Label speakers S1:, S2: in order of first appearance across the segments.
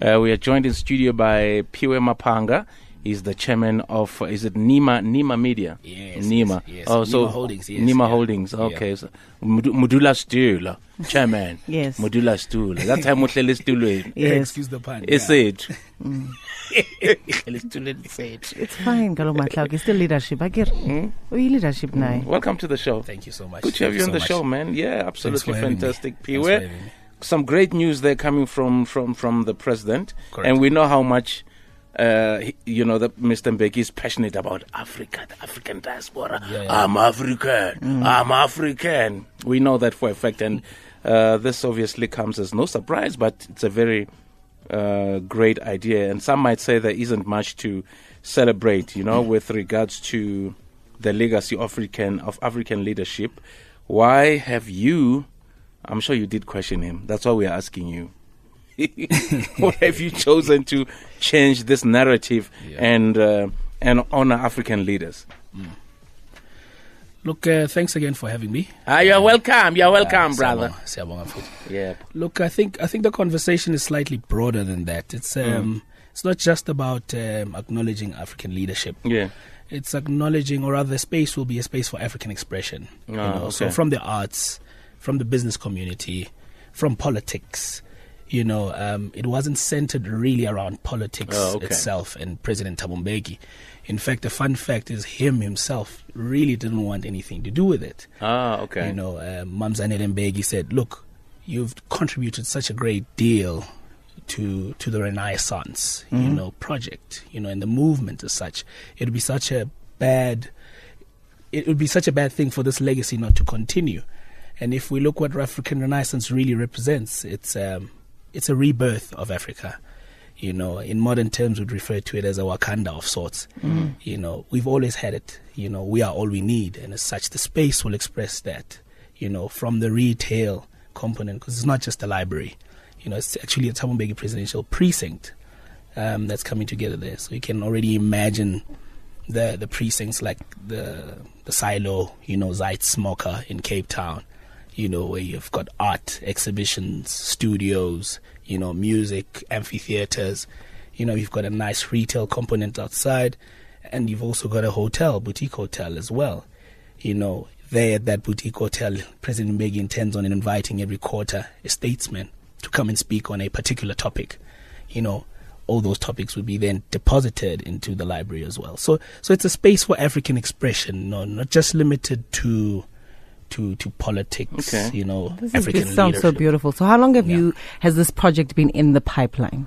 S1: Uh, we are joined in studio by Piwe Mapanga. He's the chairman of, uh, is it Nima Nima Media?
S2: Yes,
S1: Nima.
S2: yes, yes.
S1: Oh,
S2: Nima
S1: so
S2: Holdings, yes,
S1: Nima
S2: yeah.
S1: Holdings.
S2: Yeah.
S1: Okay. So, Mudu- Mudula Stula, chairman.
S3: Yes.
S1: Mudula Stula. That's how Mutlele Stula.
S3: Yes,
S2: Excuse the pun.
S1: It's
S2: yeah.
S1: it. Mutlele Stula is it.
S3: it's fine, Galo Matlauke. Still leadership. I get
S2: Hmm?
S3: leadership now.
S1: Welcome to the show.
S2: Thank you so much.
S1: Good to have
S2: Thank
S1: you on
S2: so
S1: the
S2: much.
S1: show, man. Yeah, absolutely
S2: having me.
S1: fantastic.
S2: Thanks for
S1: Piwe,
S2: having me.
S1: some great news there coming from from from the president,
S2: Correct.
S1: and we know how much. Uh, he- you know that Mr. Mbeki is passionate about Africa, the African diaspora.
S2: Yeah, yeah. Mm.
S1: I'm African. I'm African. We know that for a fact, and uh, this obviously comes as no surprise. But it's a very uh, great idea, and some might say there isn't much to celebrate. You know, with regards to the legacy of African of African leadership. Why have you? I'm sure you did question him. That's why we are asking you. what have you chosen to change this narrative
S2: Yeah.
S1: and uh, and honor African leaders?
S2: Look, uh, thanks again for having me.
S1: Ah, you're welcome. You're welcome,
S2: Uh,
S1: brother.
S2: siyabonga- siyabonga futhi.
S1: Yeah.
S2: Look, I think I think the conversation is slightly broader than that. It's
S1: Mm.
S2: um, it's not just about um, acknowledging African leadership.
S1: Yeah.
S2: It's acknowledging, or rather, the space will be a space for African expression. you
S1: Ah,
S2: know. So
S1: okay.
S2: from the arts, from the business community, from politics. You know, um, it wasn't centered really around politics
S1: Oh, okay.
S2: itself and President Tabombeki. In fact, a fun fact is him himself really didn't want anything to do with it.
S1: Ah, okay.
S2: You know, uh, Mamzanele Mbeki said, "Look, you've contributed such a great deal to to the Renaissance, you know, project, you know, and the movement as such. It would be such a bad, it would be such a bad thing for this legacy not to continue. And if we look what African Renaissance really represents, it's um, it's a rebirth of Africa." You know, in modern terms, we'd refer to it as a Wakanda of sorts. You know, we've always had it. You know, we are all we need, and as such, the space will express that. You know, from the retail component, because it's not just a library. You know, it's actually a Tabombeki presidential precinct um, that's coming together there. So you can already imagine the the precincts like the the silo, you know, Zeit Smoker in Cape Town, you know, where you've got art exhibitions, studios, you know, music, amphitheaters, you know, you've got a nice retail component outside, and you've also got a hotel, boutique hotel as well. You know, there at that boutique hotel, President Mbeki intends on inviting every quarter a statesman to come and speak on a particular topic. You know, all those topics would be then deposited into the library as well. So, so it's a space for African expression, no, not just limited to to to politics.
S1: Okay.
S2: You know,
S3: This, is,
S2: African
S3: this sounds so
S2: leadership.
S3: beautiful. So, how long have
S2: Yeah.
S3: you has this project been in the pipeline?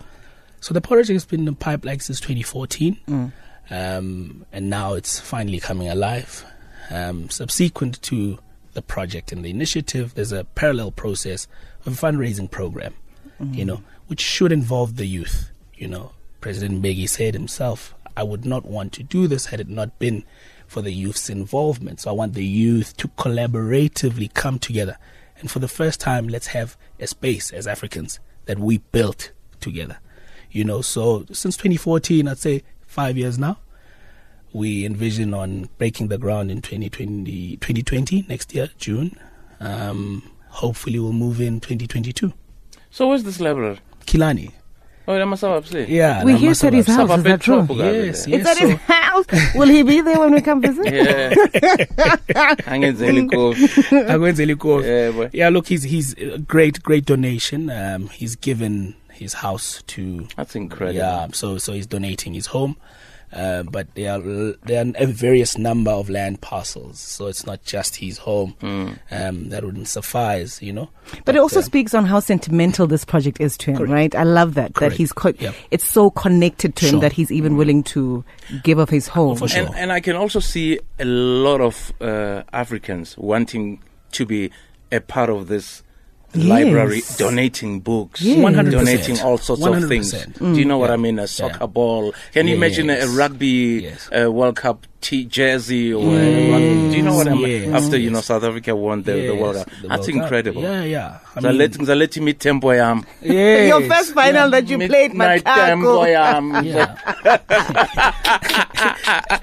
S2: So the project has been in the pipeline since 2014, um, and now it's finally coming alive. Um, subsequent to the project and the initiative, there's a parallel process of a fundraising program, you know, which should involve the youth. You know, President Mbeki said himself, "I would not want to do this had it not been for the youth's involvement." So I want the youth to collaboratively come together, and for the first time, let's have a space as Africans that we built together you know so since 2014 i'd say five years now we envision on breaking the ground in 2020, 2020 next year june um, hopefully we'll move in 2022
S1: So where's this library?
S2: kilani
S1: Oh, that must have upset.
S2: yeah
S3: we
S2: Namasa
S3: hear said his
S2: Labs.
S3: house.
S1: Saba
S3: Is that
S1: Petro
S3: true?
S1: Puga.
S2: yes,
S3: It's
S2: yes
S3: at his
S2: so,
S3: house. Will he be there when we come visit?
S1: Yeah. Angenzeli Kofi.
S2: Akwenzela ikofi.
S1: Yeah, boy.
S2: yeah look he's he's a great great donation um, he's given his house to
S1: That's incredible.
S2: Yeah, so so he's donating his home, uh, but there are there are a various number of land parcels, so it's not just his home.
S1: Hmm.
S2: Um, that wouldn't suffice, you know.
S3: But it also
S2: uh,
S3: speaks on how sentimental this project is to him,
S2: Correct.
S3: right? I love that
S2: Correct.
S3: that he's co-
S2: Yep.
S3: it's so connected to him
S2: Sure. Mm.
S3: that he's even willing to give of his home.
S2: for sure.
S1: And, and I can also see a lot of uh, Africans wanting to be a part of this
S3: Yes.
S1: library, donating books,
S3: Yes. 100%.
S1: donating all sorts of things.
S2: 100%.
S1: Do you know what
S2: Mm. Yeah.
S1: I mean? A soccer
S2: Yeah.
S1: ball. Can you imagine a- a
S2: Yes.
S1: rugby
S2: Yes.
S1: uh, World Cup t- jersey or a rugby? Do you know what I mean?
S2: Yes.
S1: After you
S2: Yes.
S1: know South Africa won the, the World
S2: Yes,
S1: Cup,
S2: the
S1: that's
S2: World Cup.
S1: incredible.
S2: Yeah, yeah. I
S1: So let- so let me tempo yam.
S2: yes.
S3: Your first final that you played,
S1: My tempo
S3: Matako.
S1: yam.
S2: Yeah.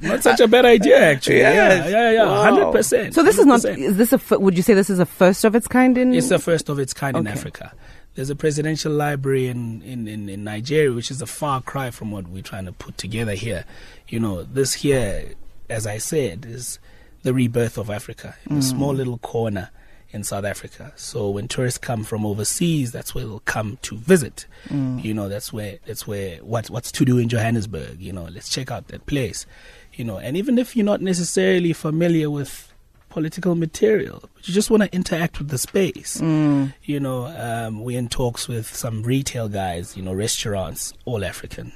S2: not such a bad idea, actually.
S1: Yes.
S2: Yeah, yeah, yeah.
S1: Wow.
S2: Hundred percent.
S3: So this is not.
S2: 100%.
S3: Is this a? fir- Would you say this is a first of its kind in?
S2: It's the first of its kind in
S3: Mm. Okay.
S2: Africa. There's a presidential library in, in, in, in Nigeria, which is a far cry from what we're trying to put together here. You know, this here, as I said, is the rebirth of Africa in a small little corner in South Africa. So when tourists come from overseas, that's where they'll come to visit. You know, that's where that's where what what's to do in Johannesburg. You know, let's check out that place. You know, and even if you're not necessarily familiar with political material, but you just want to interact with the space.
S3: Mm.
S2: You know, um, we're in talks with some retail guys. You know, restaurants, all African,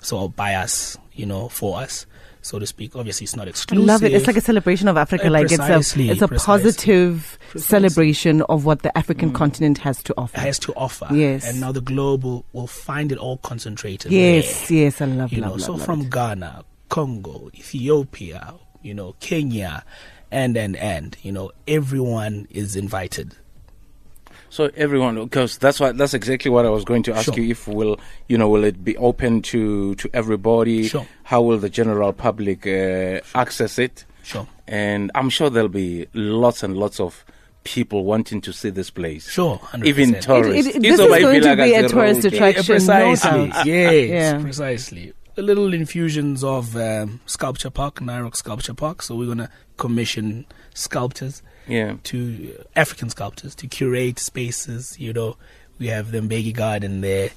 S2: so by us. You know, for us. So to speak, obviously it's not
S3: I
S2: exclusive.
S3: love it. It's like a celebration of Africa.
S2: Uh,
S3: like it's a
S2: precisely,
S3: it's a
S2: precisely.
S3: positive
S2: Precisely. Mm.
S3: celebration of what the African continent has to offer.
S2: has to offer.
S3: Yes.
S2: And now the globe will, will find it all concentrated.
S3: yes, yes, I love,
S2: there, you
S3: love,
S2: know,
S3: love,
S2: so
S3: love
S2: from
S3: it.
S2: Ghana, Congo, Ethiopia, you know, Kenya, and and and you know, everyone is invited.
S1: So everyone, because that's what that's exactly what I was going to ask
S2: Sure.
S1: you. If will you know, will it be open to to everybody?
S2: Sure.
S1: How will the general public uh, access it?
S2: Sure.
S1: And I'm sure there'll be lots and lots of people wanting to see this place.
S2: Sure, 100%.
S1: even
S2: It- it-
S1: tourists.
S3: it- this is
S1: Izoba
S3: going to
S1: Vilakazi
S3: be a
S1: Road,
S3: tourist
S1: eh?
S3: attraction. Action,
S2: precisely.
S3: no doubt.
S2: yes,
S3: Yeah.
S2: precisely. The little infusions of um, Sculpture Park, Nairock Sculpture Park. So we're gonna commission sculptors.
S1: Yeah.
S2: to African sculptors to curate spaces. You know, we have the Mbeki Garden there,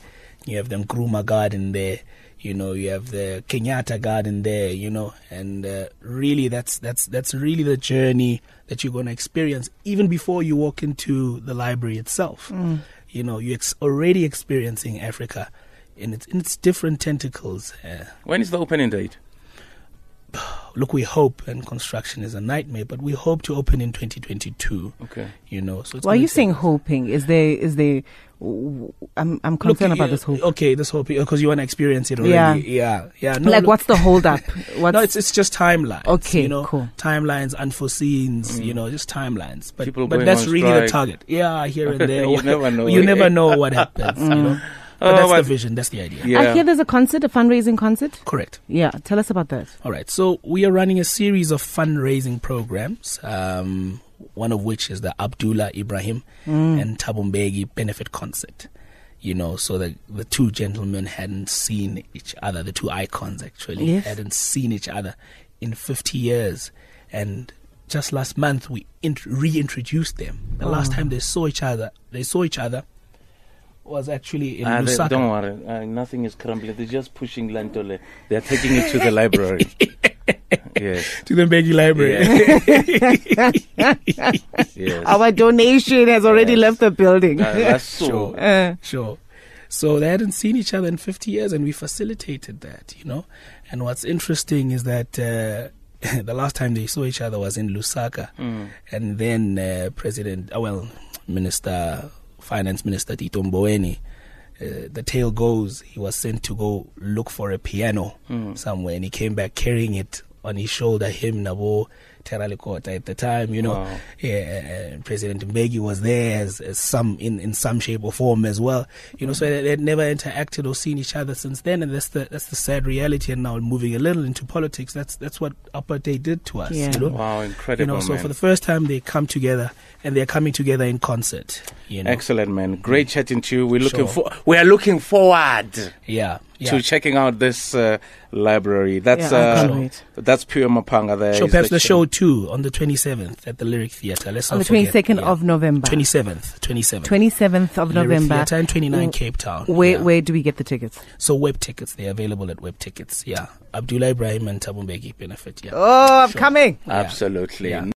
S2: you have the Nkrumah Garden there, you know, you have the Kenyatta Garden there. You know, and uh, really, that's that's that's really the journey that you're going to experience even before you walk into the library itself.
S3: Mm.
S2: You know, you're ex- already experiencing Africa. In its, in its different tentacles. Uh,
S1: When is the opening date?
S2: look, we hope, and construction is a nightmare, but we hope to open in 2022.
S1: Okay.
S2: You know, so it's
S3: Why are
S2: gonna
S3: you
S2: take-
S3: saying hoping? Is there is there? w- I'm I'm concerned
S2: Look,
S3: about
S2: uh,
S3: this hope.
S2: Okay, this hope because you want to experience it already.
S3: Yeah.
S2: Yeah, yeah, yeah. No,
S3: like
S2: look-
S3: what's the hold up? What's,
S2: no, it's it's just timelines.
S3: Okay,
S2: you know,
S3: cool.
S2: timelines, unforeseens. You know, just timelines. But
S1: Mm. People
S2: but
S1: going
S2: that's
S1: on
S2: really the
S1: strike.
S2: target. Yeah, here and there.
S1: You never know.
S2: Uh, You never know what happens. You know, but
S1: Oh,
S2: that's the
S1: but-
S2: vision. That's the idea.
S1: Yeah.
S3: I hear there's a concert, a fundraising concert.
S2: Correct.
S3: Yeah, tell us about that.
S2: All right. So we are running a series of fundraising programs. Um, one of which is the Abdullah Ibrahim
S3: Mm.
S2: and Tabumbegi benefit concert. You know, so the the two gentlemen hadn't seen each other. The two icons actually
S3: Yes.
S2: hadn't seen each other in 50 years, and just last month we int- reintroduced them. The last time they saw each other, they saw each other was actually in
S1: Ah, they-
S2: Lusaka.
S1: don't worry, uh, nothing is crumbling. They're just pushing Lantole. They're taking it to the library. yes,
S2: to the Mbeki Library.
S1: yes.
S3: Our donation has already
S1: Yes.
S3: left the building.
S1: Uh, that's so.
S2: Sure.
S3: Uh,
S2: Sure. So they hadn't seen each other in 50 years, and we facilitated that, you know. And what's interesting is that uh, the last time they saw each other was in Lusaka,
S1: Mm,
S2: and then uh, President, uh, well, Minister, Finance Minister Tito Mboweni. Uh, the tale goes he was sent to go look for a piano
S1: mm.
S2: somewhere, and he came back carrying it on his shoulder. Him, Nabo, Teralikota at the time, you know,
S1: Wow.
S2: yeah, uh, President Mbeki was there as, as some in, in some shape or form as well. You know, so they, they'd never interacted or seen each other since then, and that's the that's the sad reality. And now moving a little into politics, that's that's what apartheid did to us.
S3: Yeah.
S2: You know,
S1: Wow,
S2: you
S1: incredible,
S2: know. So
S1: man.
S2: for the first time, they come together, and they're coming together in concert. You know,
S1: Excellent, man. Great chatting to you. We're looking
S2: Mm. Sure.
S1: for. We are looking forward.
S2: yeah, yeah.
S1: to checking out this uh, library. That's
S3: Yeah, I can't
S1: uh,
S3: wait.
S1: that's pure Mapanga. There,
S2: So
S1: is
S2: perhaps the
S1: ch-
S2: show too on the 27th at the Lyric Theatre. Let's
S3: on the
S2: not forget,
S3: 22nd
S2: yeah.
S3: of November.
S2: 27th, 27th.
S3: 27th of
S2: Lyric
S3: November.
S2: Theatre and 29
S3: Mm.
S2: Cape Town.
S3: Where
S2: yeah.
S3: where do we get the tickets?
S2: So web tickets, they're available at web tickets. Yeah, Abdullah Ibrahim and Tabumbegi benefit. Yeah.
S3: Oh, I'm coming.
S1: Absolutely.
S2: Yeah.